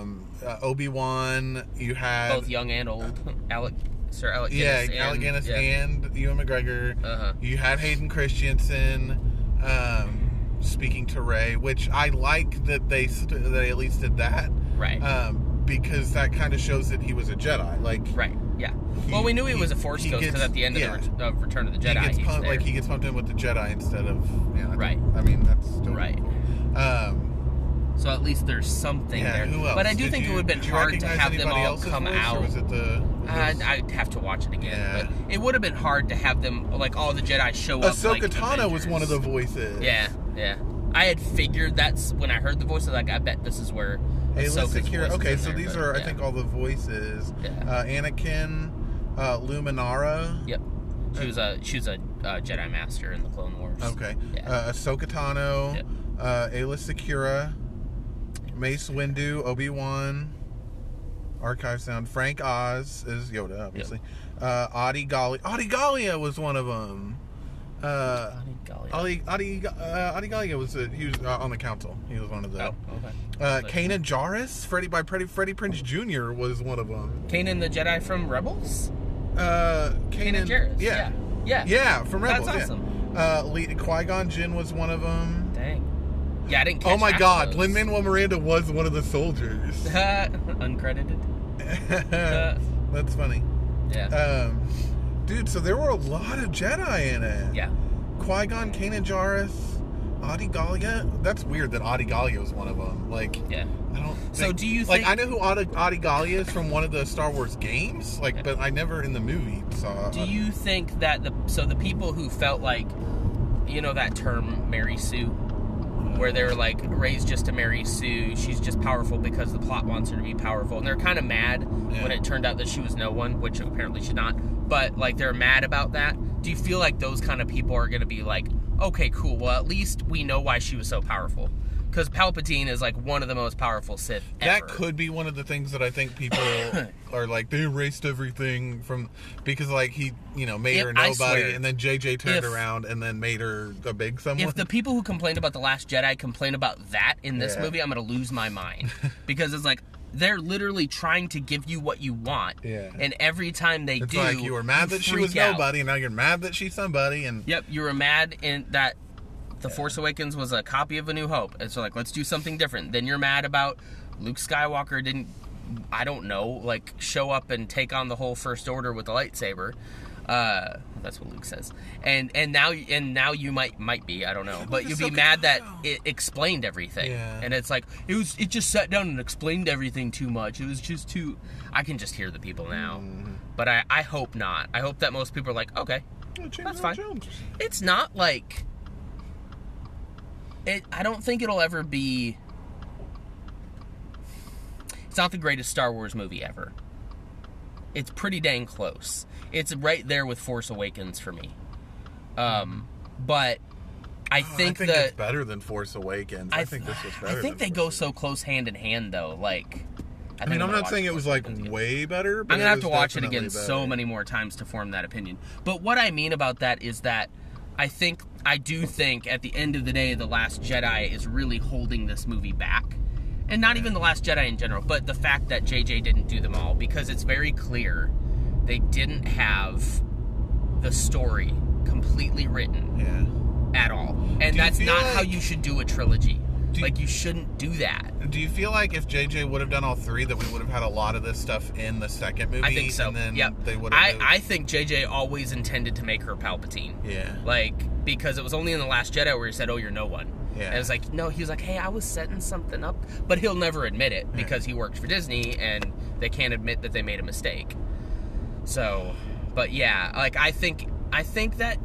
Um, uh, Obi Wan. You had both young and old Alec Sir Alec yeah, Guinness Alec Guinness yeah. and Ewan McGregor. Uh-huh. You had Hayden Christensen. Um, speaking to Ray, which I like that they st- that they at least did that. right Um, because that kind of shows that he was a Jedi. Like Right. Yeah. He- well, we knew he, he- was a Force he ghost because gets- at the end yeah. of, the, Re- of Return of the Jedi, he gets he's pumped, there. like he gets pumped in with the Jedi instead of yeah. Right. I mean that's still Right. Um, So at least there's something yeah. there. Who else? But I do Did think you- it would have been did you hard to recognize have them anybody all else's come voice, out. Uh, Or was it the? was I'd, this- I'd have to watch it again, Yeah. but it would have been hard to have them like all the Jedi show up. Uh, like Ahsoka Tano was Avengers. one of the voices. Yeah, yeah. I had figured that's when I heard the voice. I was like, I bet this is where Ayla Ahsoka's voice Secura. is Okay, in so there, these but are I yeah. think all the voices. Yeah. Uh, Anakin, uh, Luminara. Yep. She was a she was a uh, Jedi Master in the Clone Wars. Okay. Yeah. Uh, Ahsoka Tano, Yep. uh, Ayla Secura, Mace Windu, Obi Wan, Archive Sound, Frank Oz is Yoda, obviously. Uh, Adi Gali, Adi Gallia was one of them. Uh, Golly, golly. Oh, Adi Adi uh, Adi Gallia was a, he was uh, on the council. He was one of the. Oh, okay. Uh, But- Kanan Jarrus, Freddie by Freddie, Freddie Prince Jr. was one of them. Kanan the Jedi from Rebels? Uh, Kanan Kanan, Jarrus. yeah, Yeah. yeah, from That's Rebels. awesome. Yeah. Uh, Qui Gon Jinn was one of them. Dang. Yeah, I didn't catch Oh my half God, those. Lin Manuel Miranda was one of the soldiers. Uncredited. That's funny. Yeah. Um, dude, so there were a lot of Jedi in it. yeah. Qui Gon, Kanan Jarrus, Adi Gallia. That's weird that Adi Gallia was one of them. Like, Yeah. I don't. So think- do you like? think- I know who Adi, Adi Gallia is from one of the Star Wars games. Like, but I never in the movie saw. Do you think that the so the people who felt like you know that term Mary Sue where they were like raised just to marry Sue, she's just powerful because the plot wants her to be powerful and they're kind of mad Yeah. when it turned out that she was no one, which apparently she's not, but like they're mad about that. Do you feel like those kind of people are going to be like, "Okay, cool. Well, at least we know why she was so powerful." Cuz Palpatine is like one of the most powerful Sith that ever. could be one of the things that I think people are like they erased everything from because like he you know made If- her I nobody swear, and then JJ turned if- around and then made her a big someone. if the people who complained about the last jedi complain about that in this Yeah. movie i'm gonna lose my mind because it's like they're literally trying to give you what you want Yeah. and every time they it's do like you were mad that she freak was out. nobody, and now you're mad that she's somebody, and yep you were mad in that the force awakens was a copy of a new hope and so like let's do something different then you're mad about luke skywalker didn't i don't know like show up and take on the whole first order with the lightsaber uh, that's what Luke says, and and now and now you might might be I don't know, but it's you'll be so mad that good. it explained everything. Yeah. And it's like it was it just sat down and explained everything too much. It was just too I can just hear the people now. But I, I hope not. I hope that most people are like, okay. Oh, James That's Earl fine. Jones. It's not like it I don't think it'll ever be It's not the greatest Star Wars movie ever. It's pretty dang close. It's right there with Force Awakens for me. Um but I Oh, think, I think that it's better than Force Awakens. I, th- think this was I better. think than they go Force so close hand in hand, though. Like, Awakens. I mean, I'm gonna not saying watch it was like Awakens again. way better. But I'm gonna it have was to watch it definitely again so better. many more times to form that opinion. But what I mean about that is that I think I do think at the end of the day, The Last Jedi is really holding this movie back, and not even The Last Jedi in general, but the fact that JJ didn't do them all because it's very clear they didn't have the story completely written Yeah. at all. And you that's feel not how like- you should do a trilogy. Do you- like you shouldn't do that. Do you feel like if JJ would have done all three, that we would have had a lot of this stuff in the second movie? I think so. And then yep. they would I, have. I think JJ always intended to make her Palpatine. yeah. Like because it was only in the Last Jedi where he said, "Oh, you're no one." Yeah. And it was like, no, he was like, "Hey, I was setting something up," but he'll never admit it because he works for Disney and they can't admit that they made a mistake. So, but yeah, like I think I think that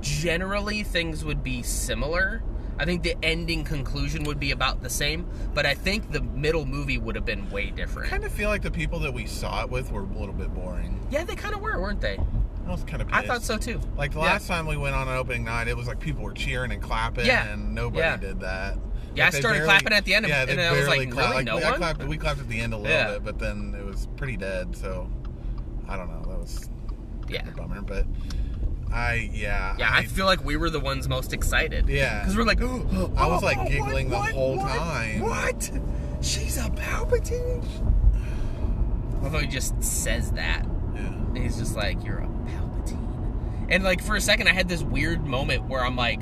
generally things would be similar. I think the ending conclusion would be about the same, but I think the middle movie would have been way I different. kind of feel like the people that we saw it with were a little bit boring. Yeah, they kind of were, weren't they? I was kind of pissed. I thought so too. Like the Yeah. last time we went on an opening night, it was like people were cheering and clapping, Yeah. and nobody Yeah, did that. Yeah, Like, I they started clapping at the end of- yeah, they and I was barely like, clapped. really? Like, No we, I one? clapped, we clapped at the end a little Yeah. bit, but then it was pretty dead. So I don't know. That was Yeah. a bummer. But I yeah Yeah, I feel like we were the ones most excited. yeah Because we're like, oh, I was oh, like oh, giggling the what, whole what, time. What? She's a Palpatine? Although he just says that. Yeah. And he's just like, you're a Palpatine. And like for a second, I had this weird moment where I'm like,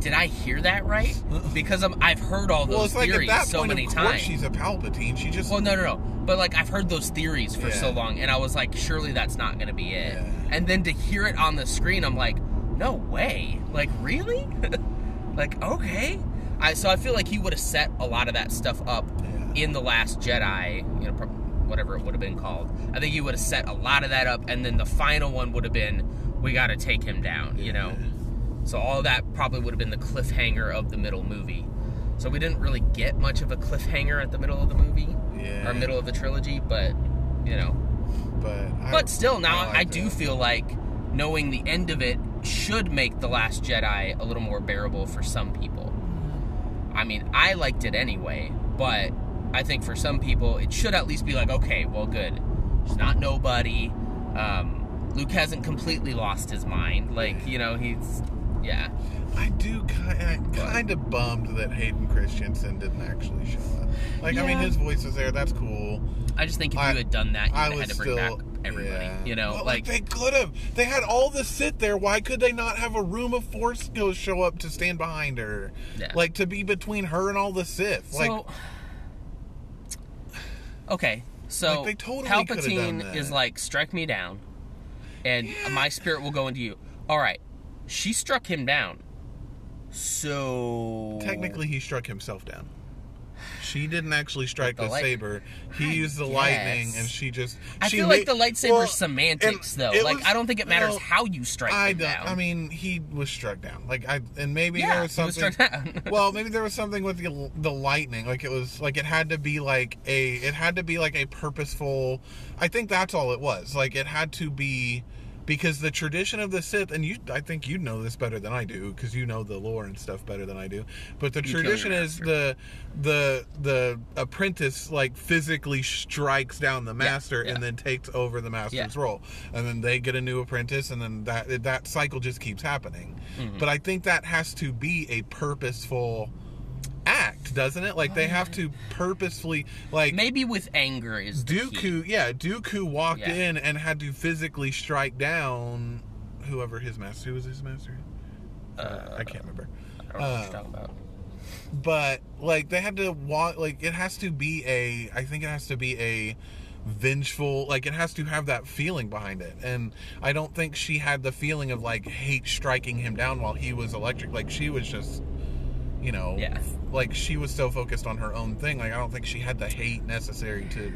did I hear that right? Because I'm, I've heard all those Well, it's like at theories that so point, many of course times. she's a Palpatine. She just Well, no, no, no. But like I've heard those theories for Yeah. so long, and I was like, surely that's not gonna be it. Yeah. And then to hear it on the screen, I'm like, no way. Like really? like okay. I so I feel like he would have set a lot of that stuff up Yeah. in the Last Jedi. You know. Pro- Whatever it would have been called, I think he would have set a lot of that up, and then the final one would have been, "We got to take him down," you know. So all that probably would have been the cliffhanger of the middle movie. So we didn't really get much of a cliffhanger at the middle of the movie yeah, or middle of the trilogy, but you know. But I, But still, now I, liked do it. feel like knowing the end of it should make The Last Jedi a little more bearable for some people. I mean, I liked it anyway, but I think for some people, it should at least be like, okay, well, good. He's not nobody. Um, Luke hasn't completely lost his mind. Like, you know, he's, yeah. I do kind kind of bummed that Hayden Christensen didn't actually show up. Like, I mean, Yeah. his voice is there. That's cool. I just think if I- you had done that, you I would have had to was bring still back everybody. yeah. You know, Well, like, they could have. They had all the sit there. Why could they not have a room of force go show up to stand behind her? Yeah. Like to be between her and all the Sith. Like so. Okay, so Like, they totally coulda done Palpatine that. is like, strike me down, and my spirit will go into you. All right, she struck him down. So technically, he struck himself down. She didn't actually strike the the, light- saber. He I used the lightning, guess. and she just. I she feel ma- like the lightsaber well, semantics, and though. it Like, was- I don't think it matters well, how you strike I him don't- down. I mean, he was struck down. Like I, and maybe Yeah, there was he was something. struck down. well, maybe there was something with the the lightning. Like it was like it had to be like a it had to be like a purposeful. I think that's all it was. Like it had to be because the tradition of the Sith, and you, I think you know this better than I do because you know the lore and stuff better than I do. But the You kill your tradition is master. the the the apprentice like physically strikes down the master yeah. and then takes over the master's Yeah. role role. and then they get a new apprentice and then that that cycle just keeps happening Mm-hmm. but i think that has to be a purposeful act doesn't it like they Oh, have to purposefully like maybe with anger is the key. dooku yeah dooku walked Yeah. in and had to physically strike down whoever his master who was his master uh, i can't remember I don't know what you're uh, talking about. but like they had to walk like it has to be a i think it has to be a vengeful like it has to have that feeling behind it and i don't think she had the feeling of like hate striking him down while he was electric like she was just you know Yeah. like she was so focused on her own thing like i don't think she had the hate necessary to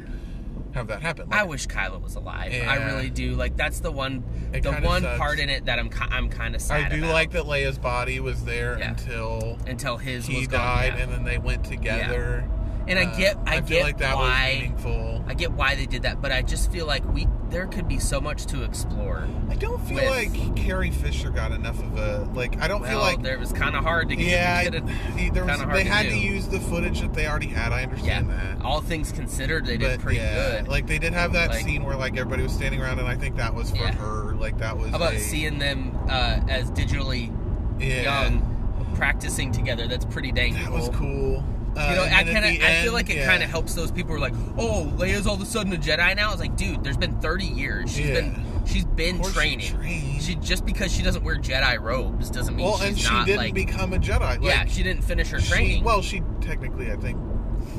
have that happen like, I wish Kylo was alive. I Yeah. really do. Like that's the one, It the kinda one sucks. part in it that I'm ki- I'm kind of i sad. do about. like that leia's body was there Yeah. until until his he was gone, died yeah. and then they went together Uh, And I get- I feel get like that why- was meaningful I get why they did that, but I just feel like we there could be so much to explore. I don't feel with- like Carrie Fisher got enough of a like. I don't Well, feel like there was kind of hard to get. yeah. get it- I- there was, kinda hard they to had to do. use the footage that they already had. I yeah. understand that. All things considered, they did pretty good. like they did have that Like- scene where like everybody was standing around, and I think that was for Yeah. her. Like that was How about a- seeing them uh, as digitally yeah, young practicing together? That's pretty dang That cool. was cool. Uh, You know, and I then at kind of the I feel end, like it yeah. kind of helps those people who are like, "Oh, Leia's all of a sudden a Jedi now." It's like, dude, there's been 30 years. She's Yeah. been she's been Of course she training. trained. She just because she doesn't wear Jedi robes doesn't mean Well, she's and she not didn't like become a Jedi. Like, yeah, she didn't finish her she- training. well, she technically, I think,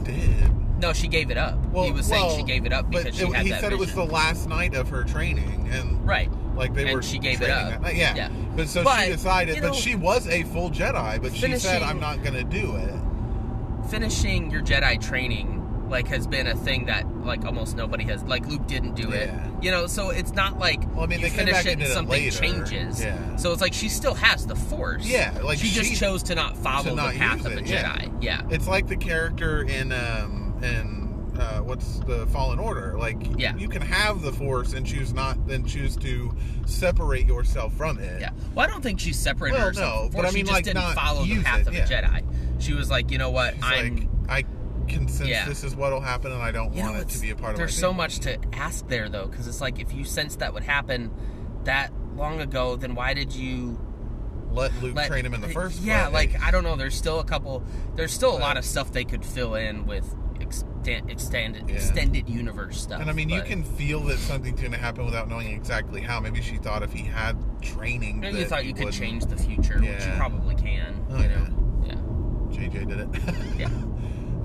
did. no, she gave it up. Well, he was saying well, she gave it up but because she it- had he that said it was vision. the last night of her training, and right. Like they And were. she gave it training up. that night. Yeah. Yeah. But so But, she decided. you know, but she was a full Jedi. But she said, finishing- "I'm not going to do it." Finishing your Jedi training like has been a thing that like almost nobody has. Like Luke didn't do it. Yeah. You know, so it's not like Well, I mean, you they came finish back it and and did it something later. changes. Yeah. So it's like she still has the Force. Yeah, like, she just she- chose to not follow not the path use of a it, Jedi. yeah. yeah. It's like the character in um in uh, what's the Fallen Order. Like Yeah. you can have the Force and choose not then choose to separate yourself from it. Yeah. Well, I don't think she separated Well, herself. no, before. but I she mean, just like, didn't not follow the use path it, of a yeah. Jedi. She was like, you know what, She's I'm. like I can sense Yeah. this is what'll happen, and I don't you know, want it it's- to be a part of. There's my so family. much to ask there though, because it's like if you sensed that would happen that long ago, then why did you Let Luke let train him in the first. Yeah, place. like I don't know. There's still a couple. There's still a lot But- of stuff they could fill in with extend, extended Yeah. extended universe stuff. And I mean, you but- can feel that something's going to happen without knowing exactly how. Maybe she thought if he had training, Maybe you that thought he you could wouldn't. change the future, which you Yeah. probably can. Oh, you know? JJ did it. Yeah.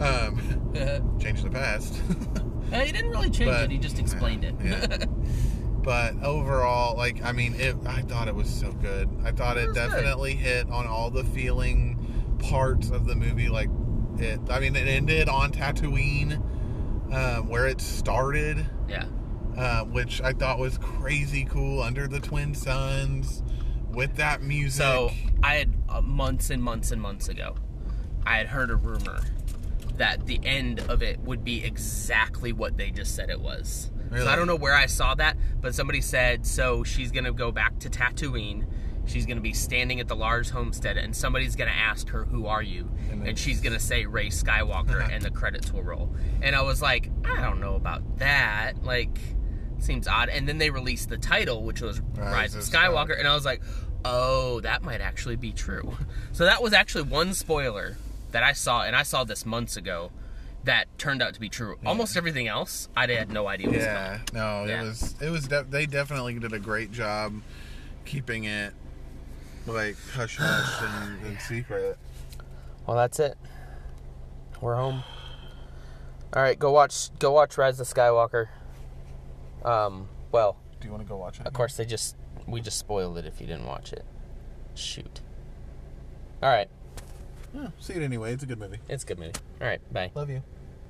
um, Yeah. changed the past. Uh, he didn't really change But- it. He just explained it. Yeah. but overall, like I mean, it. I thought it was so good. I thought It it, was good. definitely hit on all the feeling parts of the movie. Like it. I mean, it ended on Tatooine, um, where it started. yeah. uh, which I thought was crazy cool under the twin suns with that music. So I had uh, months and months and months ago, I had heard a rumor that the end of it would be exactly what they just said it was. So I Really? don't know where I saw that, but somebody said so she's gonna go back to Tatooine. She's going to be standing at the Lars homestead, and somebody's going to ask her, Who are you? And And, Uh-huh. then- she's going to say, Ray Skywalker, and the credits will roll. And I was like, I don't know about that. Like, seems odd. And then they released the title, which was Rise, of Skywalker, and I was like, Oh, that might actually be true. So that was actually one spoiler that I saw, and I saw this months ago. That turned out to be true. Almost everything else, I had no idea. Was coming. Yeah, no, it Yeah. was it was de- they definitely did a great job keeping it like hush hush and, and secret. Well, that's it. We're home. All right, go watch go watch Rise of Skywalker. Um, well, Do you want to go watch it? of course they just we just spoiled it if you didn't watch it. Shoot. All right, Yeah, see it anyway. It's a good movie. it's a good movie. All right, bye. Love you.